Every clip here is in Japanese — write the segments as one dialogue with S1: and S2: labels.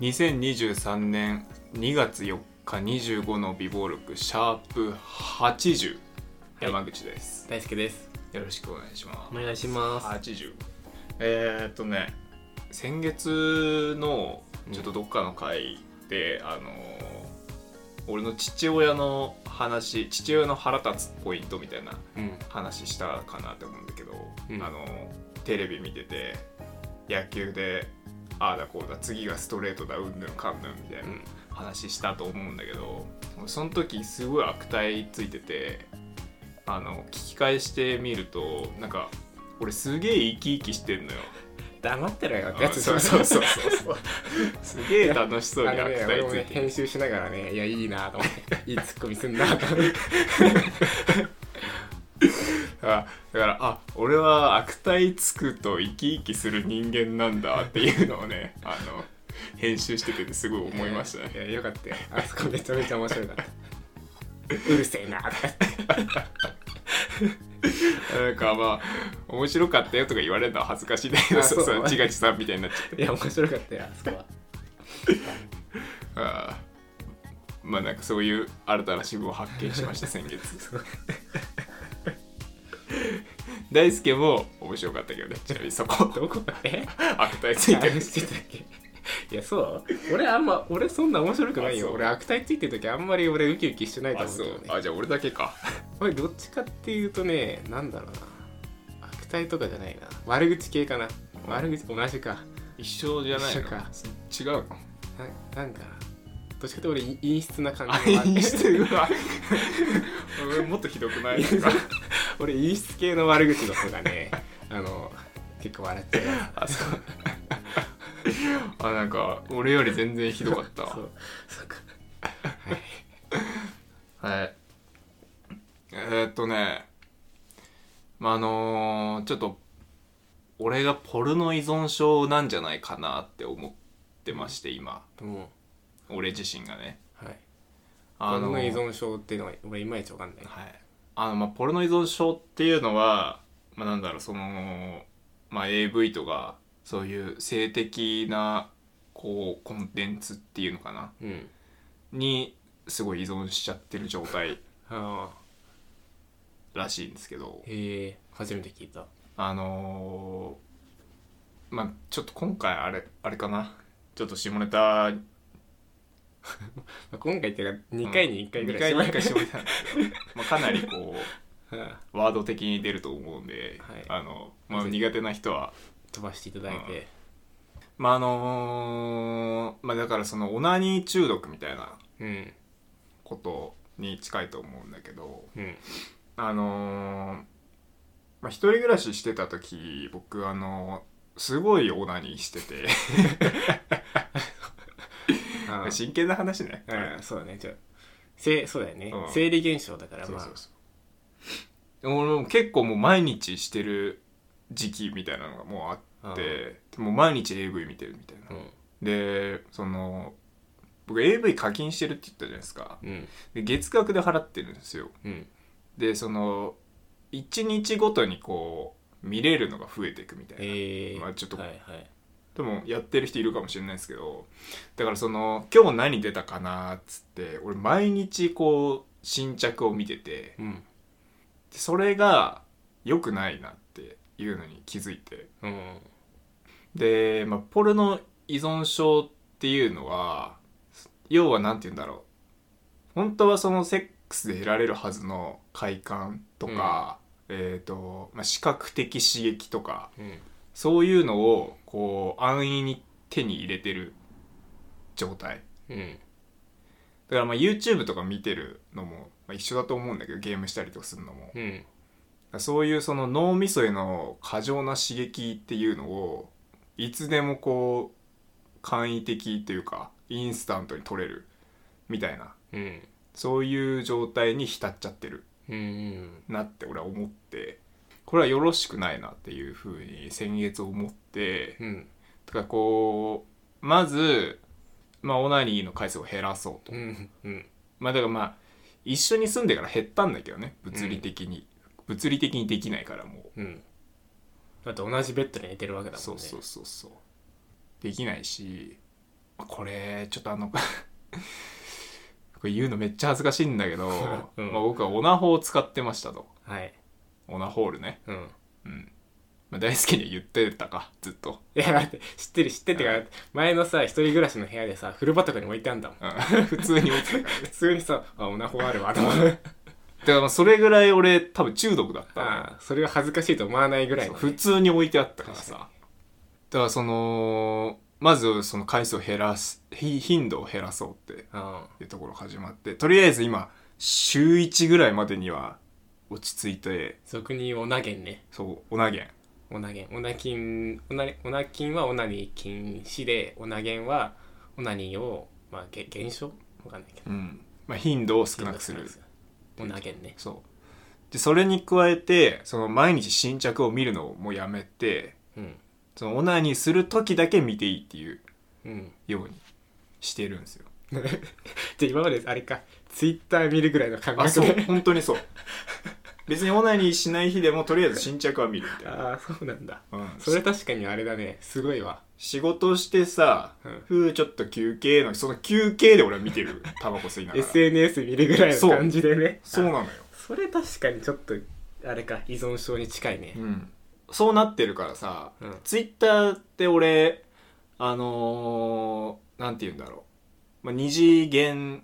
S1: 2023年2月4日25の備忘録シャープ80山口です、
S2: 大輔です
S1: よろしくお願いします
S2: お願いします
S1: 80えー、っとね先月のちょっとどっかの回で、あの俺の父親の話父親の腹立つポイントみたいな
S2: うん
S1: 話したかなって思うんだけど、
S2: うん
S1: あのテレビ見てて野球でああだこうだ次がストレートだうんぬんかんぬんみたいな
S2: うん
S1: 話したと思うんだけどその時すごい悪態ついててあの聞き返してみるとなんか俺すげえ生き生きしてんのよ。
S2: 黙ってろよって
S1: あ
S2: やつ
S1: そうそうそうそう。すげえ楽しそう
S2: あ
S1: に
S2: の
S1: 悪
S2: ね
S1: 態
S2: 俺も
S1: つい
S2: ね
S1: てる。
S2: 編集しながらねいやいいなと思っていいツッコミすんなと思って
S1: あだからあ俺は悪態つくと生き生きする人間なんだっていうのをねあの編集しててすごい思いました
S2: い
S1: ね
S2: やよかったよあそこめちゃめちゃ面白かったうるせえなとか
S1: なんかまあ面白かったよとか言われるのは恥ずかしいんだけど
S2: あ
S1: そう
S2: そう
S1: そうちがちさんみたいになっちゃって
S2: いや面白かったよあそこは
S1: あーまあなんかそういう新たな自分を発見し ました先月大輔も面白かったけどねちなみにそこ
S2: どこえ
S1: 悪態つ
S2: つ
S1: い
S2: い
S1: て
S2: て
S1: る
S2: るしてたっけいやそう俺あんま俺そんな面白くな
S1: あ
S2: いよ
S1: そう
S2: 俺悪態ついてる時あんまり俺ウキウキしてないと
S1: あ
S2: 思う
S1: そ
S2: けど
S1: う
S2: ね
S1: あじゃあ俺だけか
S2: 俺どっちかっていうとねなんだろうな悪態とかじゃないな悪口系かな悪口同じか
S1: 一緒じゃないの
S2: 一緒か
S1: 違うの
S2: ななんかどっちかって俺い陰湿な感
S1: あ
S2: じの悪
S1: いいしてるわ俺もっとひどくないですか
S2: 俺陰湿系の悪口の方がねあの結構笑っちゃうや
S1: あそうあなんか俺より全然ひどか った
S2: つ
S1: わ
S2: そうそうか
S1: はいえー、っとねまああのーちょっと俺がポルノ依存症なんじゃないかなって思ってまして今
S2: も
S1: 俺自身がね
S2: うはい
S1: あ
S2: こ
S1: の
S2: の
S1: ー
S2: 依存症っていうのは俺いまいちわかんない
S1: はい、あのまあポルノ依存症っていうのは、まあ、なんだろうその、まあ、AV とかそういう性的なこうコンテンツっていうのかな
S2: うん
S1: にすごい依存しちゃってる状態
S2: ああ
S1: らしいんですけど
S2: へえ初めて聞いた
S1: あのーまあちょっと今回あれあれかなちょっと下ネタ
S2: まあ今回っていうか2回に1回ぐらい
S1: 2回に1回
S2: し
S1: 下
S2: ま
S1: ネタ なんですけど、まあ、かなりこ
S2: ううん
S1: うワード的に出ると思うんで、
S2: はい
S1: あのまあ、苦手な人は
S2: 飛ばしていただいて
S1: まああのーまあだからそのオナニー中毒みたいな
S2: うん
S1: ことに近いと思うんだけど
S2: うん
S1: あのーまあ一人暮らししてた時僕あのーすごいオナニーしてて
S2: あ あ
S1: 真剣な話ね、
S2: うんそうだねちょせそうだよね、
S1: うん
S2: 生理現象だから
S1: そう
S2: まあ
S1: そうそう俺も結構もう毎日してる時期みたいなのがもうあってでもう毎日 AV 見てるみたいな、でその僕 AV 課金してるって言ったじゃないですか
S2: うんうん
S1: で月額で払ってるんですよ
S2: うん
S1: でその1日ごとにこう見れるのが増えていくみたいな、
S2: ええ
S1: まあちょっと
S2: はいはい
S1: でもやってる人いるかもしれないですけどだからその今日何出たかなっつって俺毎日こう新着を見てて
S2: うん
S1: でそれが良くないなっていうのに気づいて
S2: うん
S1: で、まあ、ポルノ依存症っていうのは要は何て言うんだろう本当はそのセックスで得られるはずの快感とか、えっ、と、まあ、視覚的刺激とか
S2: うん
S1: そういうのをこう安易に手に入れてる状態
S2: うん
S1: だからまあ YouTube とか見てるのも、まあ、一緒だと思うんだけどゲームしたりとかするのも
S2: うん
S1: そういうその脳みそへの過剰な刺激っていうのをいつでもこう簡易的というかインスタントに取れるみたいな
S2: うん
S1: そういう状態に浸っちゃってる
S2: うん
S1: なって俺は思ってこれはよろしくないなっていうふうに先月思って
S2: うん
S1: だからこうまずまあオナニーの回数を減らそうと
S2: うんうん
S1: まあだからまあ一緒に住んでから減ったんだけどね物理的に、物理的にできないからもう
S2: うんだって同じベッドで寝てるわけだもんね
S1: そうそうそうそうできないしまあこれちょっとあの これ言うのめっちゃ恥ずかしいんだけど、
S2: うん
S1: まあ、僕はオナホを使ってましたと
S2: はい
S1: オナホールね、
S2: うん
S1: うんまあ、大好きに言ってたかずっと、
S2: いや待って知ってる知ってるってか、前のさ一人暮らしの部屋でさ風呂場とかに置いてあんだもん
S1: うん 普通に言ってたから
S2: 普通にさあオナホあるわ と思って
S1: だからまあそれぐらい俺多分中毒だったのよ
S2: ああそれは恥ずかしいと思わないぐらい
S1: そう
S2: のね、
S1: 普通に置いてあったからさ
S2: 確
S1: だ
S2: か
S1: からそのまずその回数を減らすひ頻度を減らそうって
S2: うん
S1: いうところ始まってとりあえず今週1ぐらいまでには落ち着いて
S2: 俗に言うオナゲンね
S1: そうオナゲン
S2: オナゲンオナキンオナオナキンはオナニー禁止でオナゲンはオナニーをまあげ減少わかんないけど
S1: うん、まあ、頻度を少なくする
S2: オナゲンね
S1: そうでそれに加えてその毎日新着を見るのをもうやめて
S2: うん
S1: そのオナニーする時だけ見ていいっていう
S2: うん
S1: ようにしてるんですよ
S2: じゃあ今まであれかツイッター見るぐらいの感
S1: あ
S2: 覚
S1: そう
S2: で
S1: 本当にそう別にオナニーしない日でもとりあえず新着は見るみたいな、
S2: ああそうなんだ
S1: うん、
S2: それ確かにあれだねすごいわ
S1: 仕事してさ、
S2: うん
S1: ふうちょっと休憩のその休憩で俺は見てるタバコ吸いなが ら
S2: SNS 見るぐらいの
S1: そう
S2: 感じでね
S1: そうな
S2: あ
S1: のよ、
S2: それ確かにちょっとあれか依存症に近いね
S1: うん、そうなってるからさ、
S2: うん
S1: ツイッターって俺あのー、なんて言うんだろう、まあ、二次元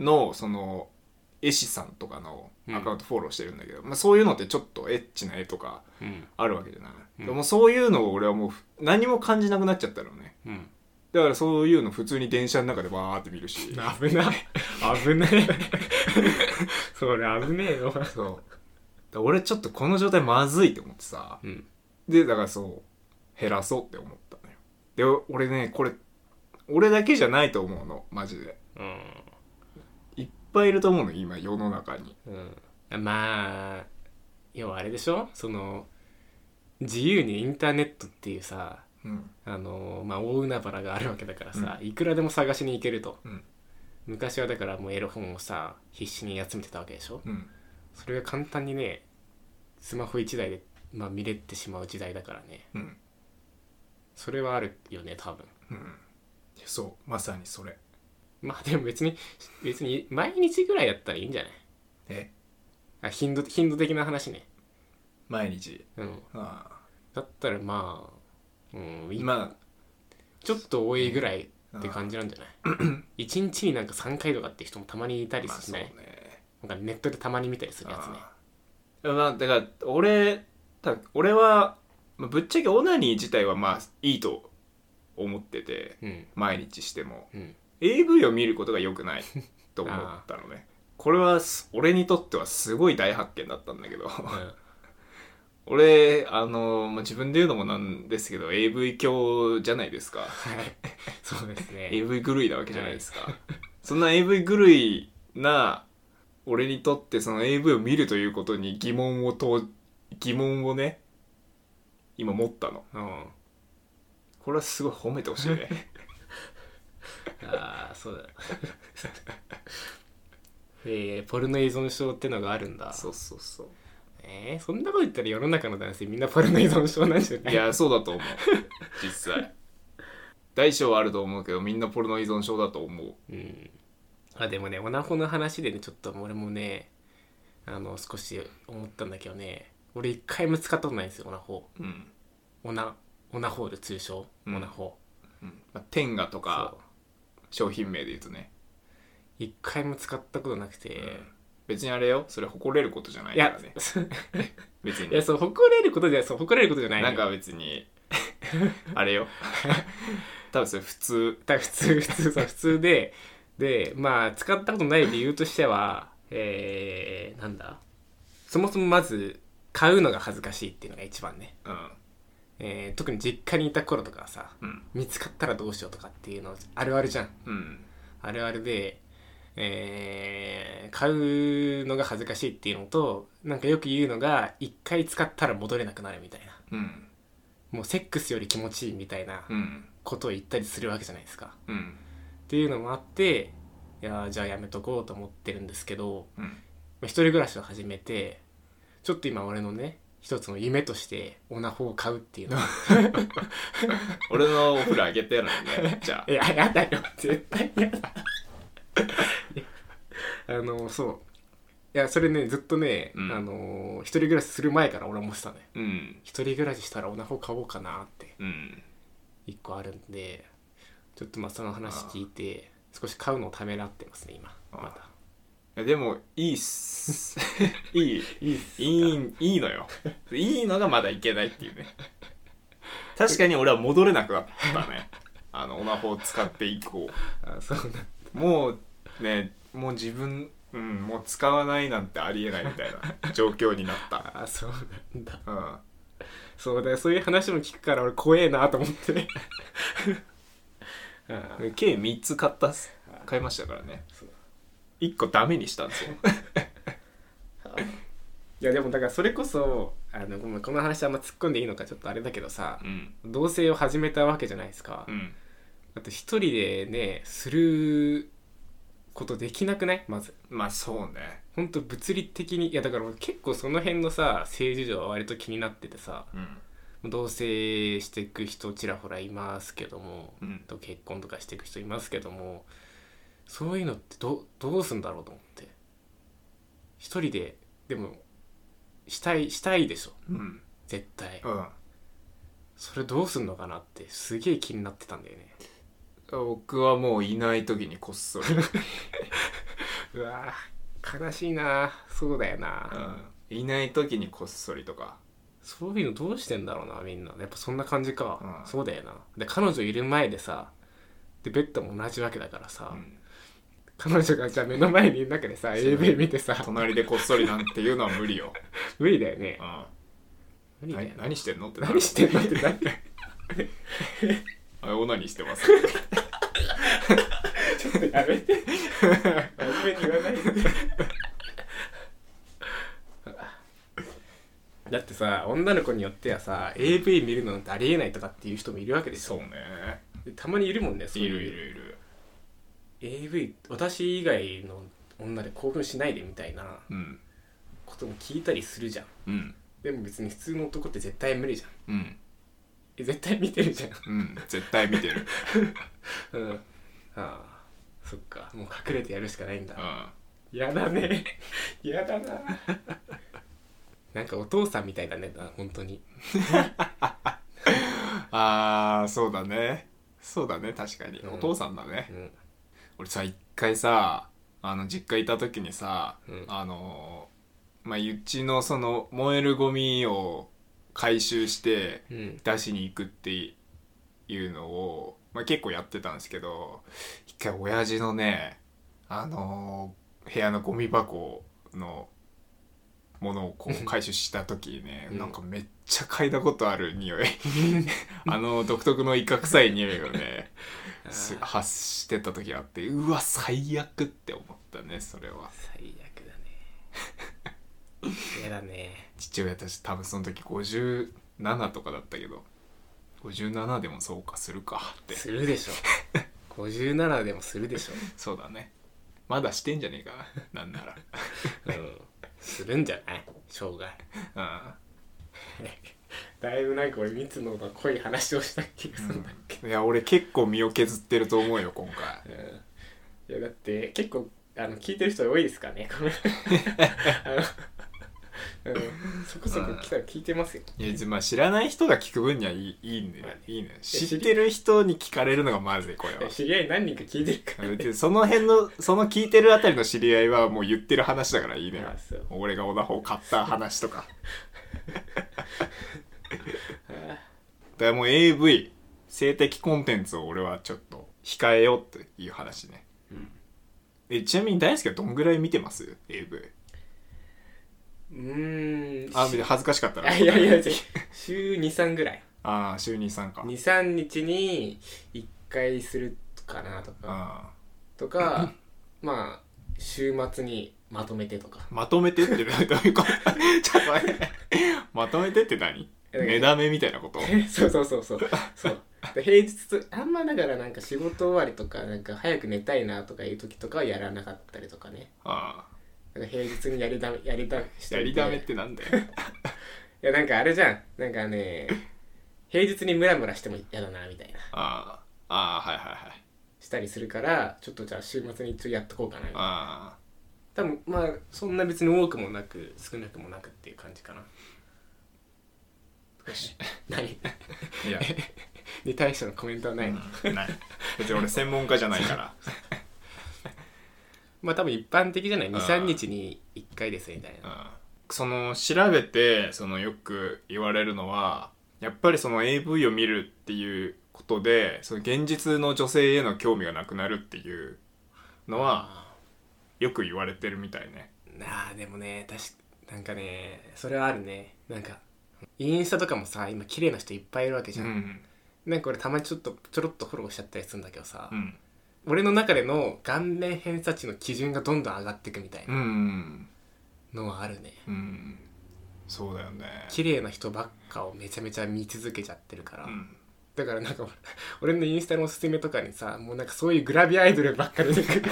S1: のその絵師さんとかのアカウントフォローしてるんだけど、まあ、そういうのってちょっとエッチな絵とか
S2: うん
S1: あるわけじゃない、
S2: うん
S1: でもそういうのを俺はもうふ何も感じなくなっちゃったのね
S2: うん
S1: だからそういうの普通に電車の中でわーって見るし
S2: 危ない危ないそれ危ねえよ
S1: そうだから俺ちょっとこの状態まずいって思ってさ
S2: うん
S1: でだからそう減らそうって思ったのよで俺ねこれ俺だけじゃないと思うのマジでいっぱいいると思うの今世の中に
S2: うんまあ要はあれでしょその自由にインターネットっていうさ
S1: うん
S2: あのまあ大海原があるわけだからさ、いくらでも探しに行けると
S1: うん
S2: 昔はだからもうエロ本をさ必死に集めてたわけでしょ
S1: うん
S2: それが簡単にねスマホ1台で、まあ、見れてしまう時代だからね
S1: うん
S2: それはあるよね多分
S1: うんそうまさにそれ
S2: まあでも別に別に毎日ぐらいだったらいいんじゃない
S1: え
S2: あ頻度頻度的な話ね、
S1: 毎日
S2: うん、
S1: ああ
S2: だったらまあ、うん、今
S1: 今
S2: ちょっと多いぐらいって感じなんじ ゃない一日になんか3回とかって人もたまにいたり
S1: まあ
S2: し
S1: そう
S2: ない、
S1: ね
S2: なんかネットでたまに見たりするやつね
S1: あーまあだから俺た俺はまあぶっちゃけオナニー自体はまあいいと思ってて
S2: うん
S1: 毎日しても
S2: うん
S1: AV を見ることが良くないと思ったのねこれはす俺にとってはすごい大発見だったんだけど
S2: うん
S1: 俺あの、まあ、自分で言うのもなんですけど AV 教じゃないですか
S2: はいそうですね
S1: AV 狂いなわけじゃないですか そんな AV 狂いな俺にとってその AV を見るということに疑問をと疑問をね今持ったの
S2: うん
S1: これはすごい褒めてほしいね
S2: ああそうだ えー、ポルノ依存症ってのがあるんだ
S1: そうそうそう
S2: えー、そんなこと言ったら世の中の男性みんなポルノ依存症なんじゃない
S1: いやそうだと思う 実際大小はあると思うけどみんなポルノ依存症だと思う
S2: うん、あでもねオナホの話でねちょっと俺もねあの少し思ったんだけどね俺一回も使ったことないんですよオナホ
S1: うん、
S2: オナオナホール通称、
S1: うん
S2: オナホ
S1: うんまあ、天下とか
S2: そう
S1: 商品名で言うとね
S2: 一回も使ったことなくて、
S1: 別にあれよそれ誇れることじゃない
S2: い
S1: か
S2: や
S1: らね
S2: い
S1: 別に
S2: やそう誇れることじゃそう誇れることじゃないの
S1: なん
S2: よ
S1: か別 にあれよ 多分それ普通
S2: だから普通普通そう普通ででまあ使ったことない理由としてはえー、なんだそもそもまず買うのが恥ずかしいっていうのが一番ね、
S1: うん
S2: えー特に実家にいた頃とかはさ、
S1: うん
S2: 見つかったらどうしようとかっていうのあるあるじゃん
S1: うん
S2: あるあるで、えー買うのが恥ずかしいっていうのとなんかよく言うのが一回使ったら戻れなくなるみたいな
S1: うん
S2: もうセックスより気持ちいいみたいな
S1: うん
S2: ことを言ったりするわけじゃないですか、
S1: うん
S2: っていうのもあっていやーじゃあやめとこうと思ってるんですけど
S1: うん
S2: まあ一人暮らしを始めてちょっと今俺のね一つの夢としてオナホを買うっていうのは
S1: 俺のお風呂あげてるのにね じゃ
S2: いややだよ絶対やだ あのそういやそれねずっとね、
S1: うん
S2: あの一人暮らしする前から俺は思ってたね
S1: うん
S2: 一人暮らししたらオナホ買おうかなって
S1: うん
S2: 一個あるんでちょっとまあその話聞いて少し買うのをためらってますね今
S1: あー
S2: また
S1: いやでもいいっ すいい
S2: いいっす
S1: いいいいのよいいのがまだいけないっていうね確かに俺は戻れなくなったねあのオナホを使って以降
S2: あそうなんだ
S1: もうねもう自分うんもう使わないなんてありえないみたいな状況になった
S2: あそうなんだ
S1: うん
S2: そうだよそういう話も聞くから俺怖えなと思って ねあー
S1: 計3つ買ったっす買いましたからね
S2: そう
S1: 1個ダメにしたんですよ
S2: いやでもだからそれこそあのごめんこの話あんま突っ込んでいいのかちょっとあれだけどさ
S1: うん
S2: 同棲を始めたわけじゃないですか、
S1: うん
S2: だって一人でねすることできなくないまず
S1: まあそうね
S2: ほんと物理的にいやだから俺結構その辺のさ性事情は割と気になっててさ
S1: うん
S2: 同棲していく人ちらほらいますけども、
S1: うん
S2: と結婚とかしていく人いますけどもそういうのってどどうすんだろうと思って一人ででもしたいしたいでしょ
S1: うん
S2: 絶対
S1: うん
S2: それどうすんのかなってすげえ気になってたんだよね
S1: 僕はもういない時にこっそり、
S2: うわー悲しいなそうだよな、
S1: うん、いない時にこっそりとか
S2: そういうのどうしてんだろうなみんなやっぱそんな感じか、
S1: うん
S2: そうだよなで彼女いる前でさでベッドも同じわけだからさ、
S1: うん
S2: 彼女がじゃあ目の前にいる中でさ AV 見てさ
S1: 隣でこっそりなんていうのは無理 よ、
S2: 無理だよね
S1: う
S2: 無
S1: ん、
S2: 理だよ
S1: な
S2: ね
S1: 何してんのってなる
S2: 何してんのってなって
S1: あオナニーしてます
S2: ちょっと やめて真面目に言わないで だってさ女の子によってはさ AV 見るのなんてありえないとかっていう人もいるわけでし
S1: そう
S2: ょ
S1: ね
S2: たまにいるもんねそう
S1: い
S2: いう
S1: るいるいる
S2: AV 私以外の女で興奮しないでみたいな
S1: うん
S2: ことも聞いたりするじゃん
S1: うん
S2: でも別に普通の男って絶対無理じゃん
S1: うん
S2: え絶対見てるじゃん
S1: うん絶対見てる、
S2: うんああそっかもう隠れてやるしかないんだ
S1: うん、
S2: やだねやだななんかお父さんみたいだね本当に
S1: あーそうだねそうだね確かに、
S2: うん
S1: お父さんだね
S2: うん
S1: 俺さ一回さあの実家いた時にさ、
S2: うん
S1: あのーまあうちのその燃えるゴミを回収して
S2: うん
S1: 出しに行くっていうのを、まあ、結構やってたんですけど一回親父のねあのー部屋のゴミ箱のものをこう回収した時にね、
S2: うん
S1: なんかめっちゃ嗅いだことある 匂いあの独特のイカ臭い匂いをね
S2: あー
S1: す発してた時があってうわ最悪って思ったねそれは
S2: 最悪だねやだね
S1: 父親たち多分その時57とかだったけど57でもそうかするかって
S2: するでしょ57でもするでしょ
S1: そうだねまだしてんじゃねえか ななんな
S2: うんするんじゃない生涯
S1: ら
S2: だいぶなんか俺密のが濃い話をした気がするんだっけ、
S1: うんいや俺結構身を削ってると思うよ今回
S2: うんいやだって結構あの聞いてる人多いですからねこの あの、うん、そこそこ来たら聞いてますよ
S1: いやまあ知らない人が聞く分にはいいいいんだよいいね
S2: 知り
S1: 知ってる人に聞かれるのがまずいこれは
S2: 知り合い何人か聞いてるからね
S1: でその辺のその聞いてるあたりの知り合いはもう言ってる話だからいいのよ
S2: あそう
S1: 俺がオナホを買った話と かだからもう AV 性的コンテンツを俺はちょっと控えようっていう話ね、えちなみに大輔はどんぐらい見てます AV
S2: うーん
S1: あ恥ずかしかったら
S2: あ いやいや違う週23ぐらい
S1: ああ就任さんか
S2: 23日に1回するかなとか
S1: ああ
S2: と かまあ週末にまとめてと か
S1: まとめてってどういうこと ちょっと待ってまとめてって何
S2: えだから
S1: 目玉みたいなこと
S2: そうそうそうそうそうで平日とあんまだからなんか仕事終わりとかなんか早く寝たいなとかいう時とかはやらなかったりとかね
S1: ああ
S2: だから平日にやりだめやりだめし
S1: やりだめってなんだよ
S2: いやなんかあれじゃんなんかね平日にムラムラしても嫌だなみたいな
S1: ああああはいはいはい
S2: したりするからちょっとじゃあ週末にちょっとやっとこうかなみたいな
S1: あ
S2: 多分まあそんな別に多くもなく少なくもなくっていう感じかな何
S1: あいや
S2: に対してのコメントはない、
S1: うんない別に俺専門家じゃないから
S2: まあ多分一般的じゃない
S1: ん
S2: 23日に1回ですみたいな
S1: その調べてそのよく言われるのはやっぱりその AV を見るっていうことでその現実の女性への興味がなくなるっていうのは
S2: あ
S1: よく言われてるみたいね
S2: なあでもね確かなんかねそれはあるねなんかインスタとかもさ今綺麗な人いっぱいいるわけじ
S1: う
S2: ゃん、
S1: ん
S2: なんか俺たまにちょっとちょろっとフォローしちゃったりするんだけどさ、
S1: うん
S2: 俺の中での顔面偏差値の基準がどんどん上がっていくみたい
S1: うんう
S2: なんのはあるね
S1: うんそうだよね
S2: 綺麗な人ばっかをめちゃめちゃ見続けちゃってるから、
S1: うん
S2: だからなんか 俺俺のインスタのおすすめとかにさもうなんかそういうグラビアアイドルばっかり出てく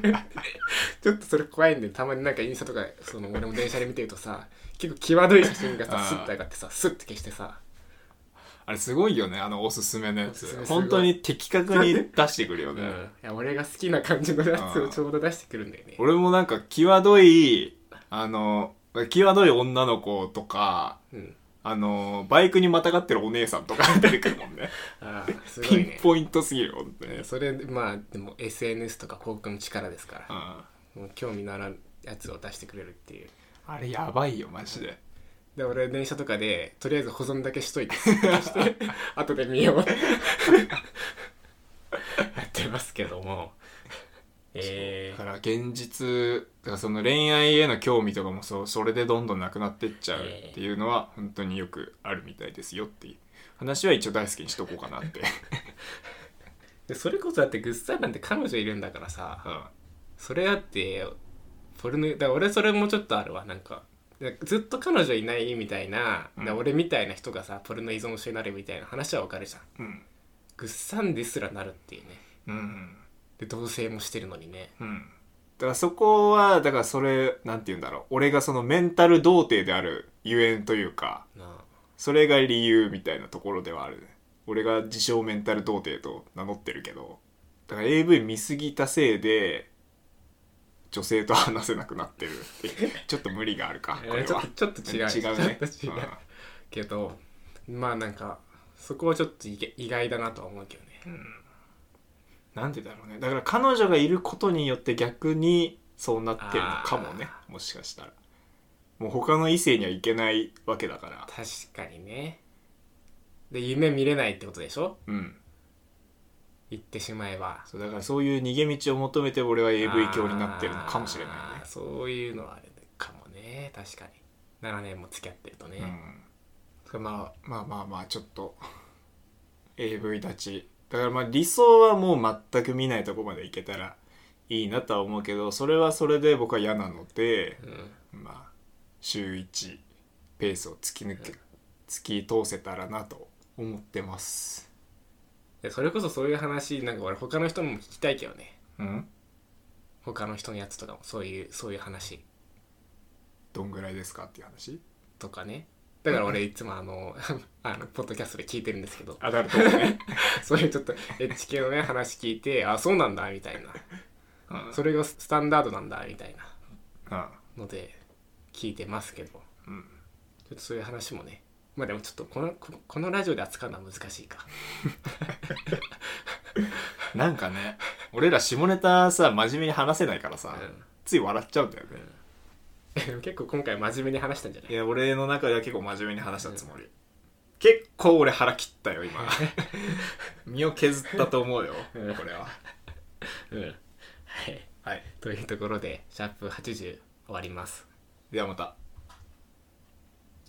S2: る ちょっとそれ怖いんでたまになんかインスタとかその俺も電車で見てるとさ結構際どい写真が
S1: あ
S2: さ
S1: ー
S2: スッと上がってさスッと消してさ
S1: あれすごいよねあのおすすめのや
S2: おすす
S1: つ
S2: めすごい
S1: 本当に的確に出してくるよ
S2: う
S1: ね、
S2: ん、いや俺が好きな感じのやつをちょうど出してくるんだよね
S1: 俺もなんか際どいあの際どい女の子とか
S2: うん
S1: あのバイクにまたがってるお姉さんとか 出てくるもんね
S2: ああすご
S1: ピ
S2: い
S1: ン
S2: ね
S1: ポイントすぎるよ本当に、うん、
S2: それまあでも SNS とか広告の力ですから、もう興味のあるやつを出してくれるっていう
S1: あれやばいよマジで
S2: で俺電車とかでとりあえず保存だけし といてして後で見ようやってますけどもえ
S1: だ
S2: ー
S1: から現実だからその恋愛への興味とかもそうそれでどんどんなくなってっちゃうっていうのは本当によくあるみたいですよっていう話は一応大好きにしとこうかな って、
S2: でそれこそだってグッズさんなんて彼女いるんだから
S1: う
S2: さ
S1: ん、
S2: それだってポルノだから俺それもちょっとあるわなんかでずっと彼女いないみたいな、
S1: うん
S2: で俺みたいな人がさポルノ依存症になるみたいな話はわかるじゃん
S1: うん
S2: グッさんですらなるっていうね
S1: うん
S2: で同棲もしてるのにね
S1: うんだからそこはだからそれなんて言うんだろう俺がそのメンタル童貞であるゆえんというか
S2: なあ
S1: それが理由みたいなところではあるね俺が自称メンタル童貞と名乗ってるけどだから AV 見すぎたせいで女性と話せなくなってるって いうちょっと無理があるかこ
S2: え
S1: れ
S2: ーちょっ
S1: は
S2: とちょっと違う
S1: 違うね
S2: ちょっと違うけどまあなんかそこはちょっと意外意外だなとは思うけど
S1: う
S2: ね
S1: んなんでだろうねだから彼女がいることによって逆にそうなってるのかもねもしかしたらもう他の異性にはいけないわけだから
S2: 確かにねで夢見れないってことでしょ
S1: うん
S2: 言ってしまえば
S1: そうだからそういう逃げ道を求めて俺は AV 教になってるのかもしれないね
S2: あーそういうのはあるかもね確かに7年も付き合ってるとね、
S1: うん、まあまあまあまあちょっと AV 立ちだからまあ理想はもう全く見ないとこまでいけたらいいなとは思うけどそれはそれで僕は嫌なので、
S2: うん
S1: まあ週1ペースを突き抜け、突き通せたらなと思ってます
S2: でそれこそそういう話なんか俺他の人にも聞きたいけどね
S1: うん
S2: 他の人のやつとかもそういうそういう話
S1: どんぐらいですかっていう話
S2: とかねだから俺いつもあの あのポッドキャストで聞いてるんですけど
S1: あだると ね、
S2: そういうちょっとエッチ系のね話聞いてあそうなんだみたいな
S1: うん
S2: それがスタンダードなんだみたいな
S1: うん
S2: ので聞いてますけどちょ
S1: うん
S2: っとそういう話もねまあでもちょっとこのここのラジオで扱うのは難しいか
S1: なんかね俺ら下ネタさ真面目に話せないからさ、
S2: うん
S1: つい笑っちゃうんだよね、
S2: でも結構今回真面目に話したんじゃない
S1: い
S2: い
S1: や俺の中では結構真面目に話したつもり、結構俺腹切ったよ今身を削ったと思うよ
S2: うん
S1: これは
S2: うんはい
S1: はい
S2: というところでシャープ80終わります
S1: ではまた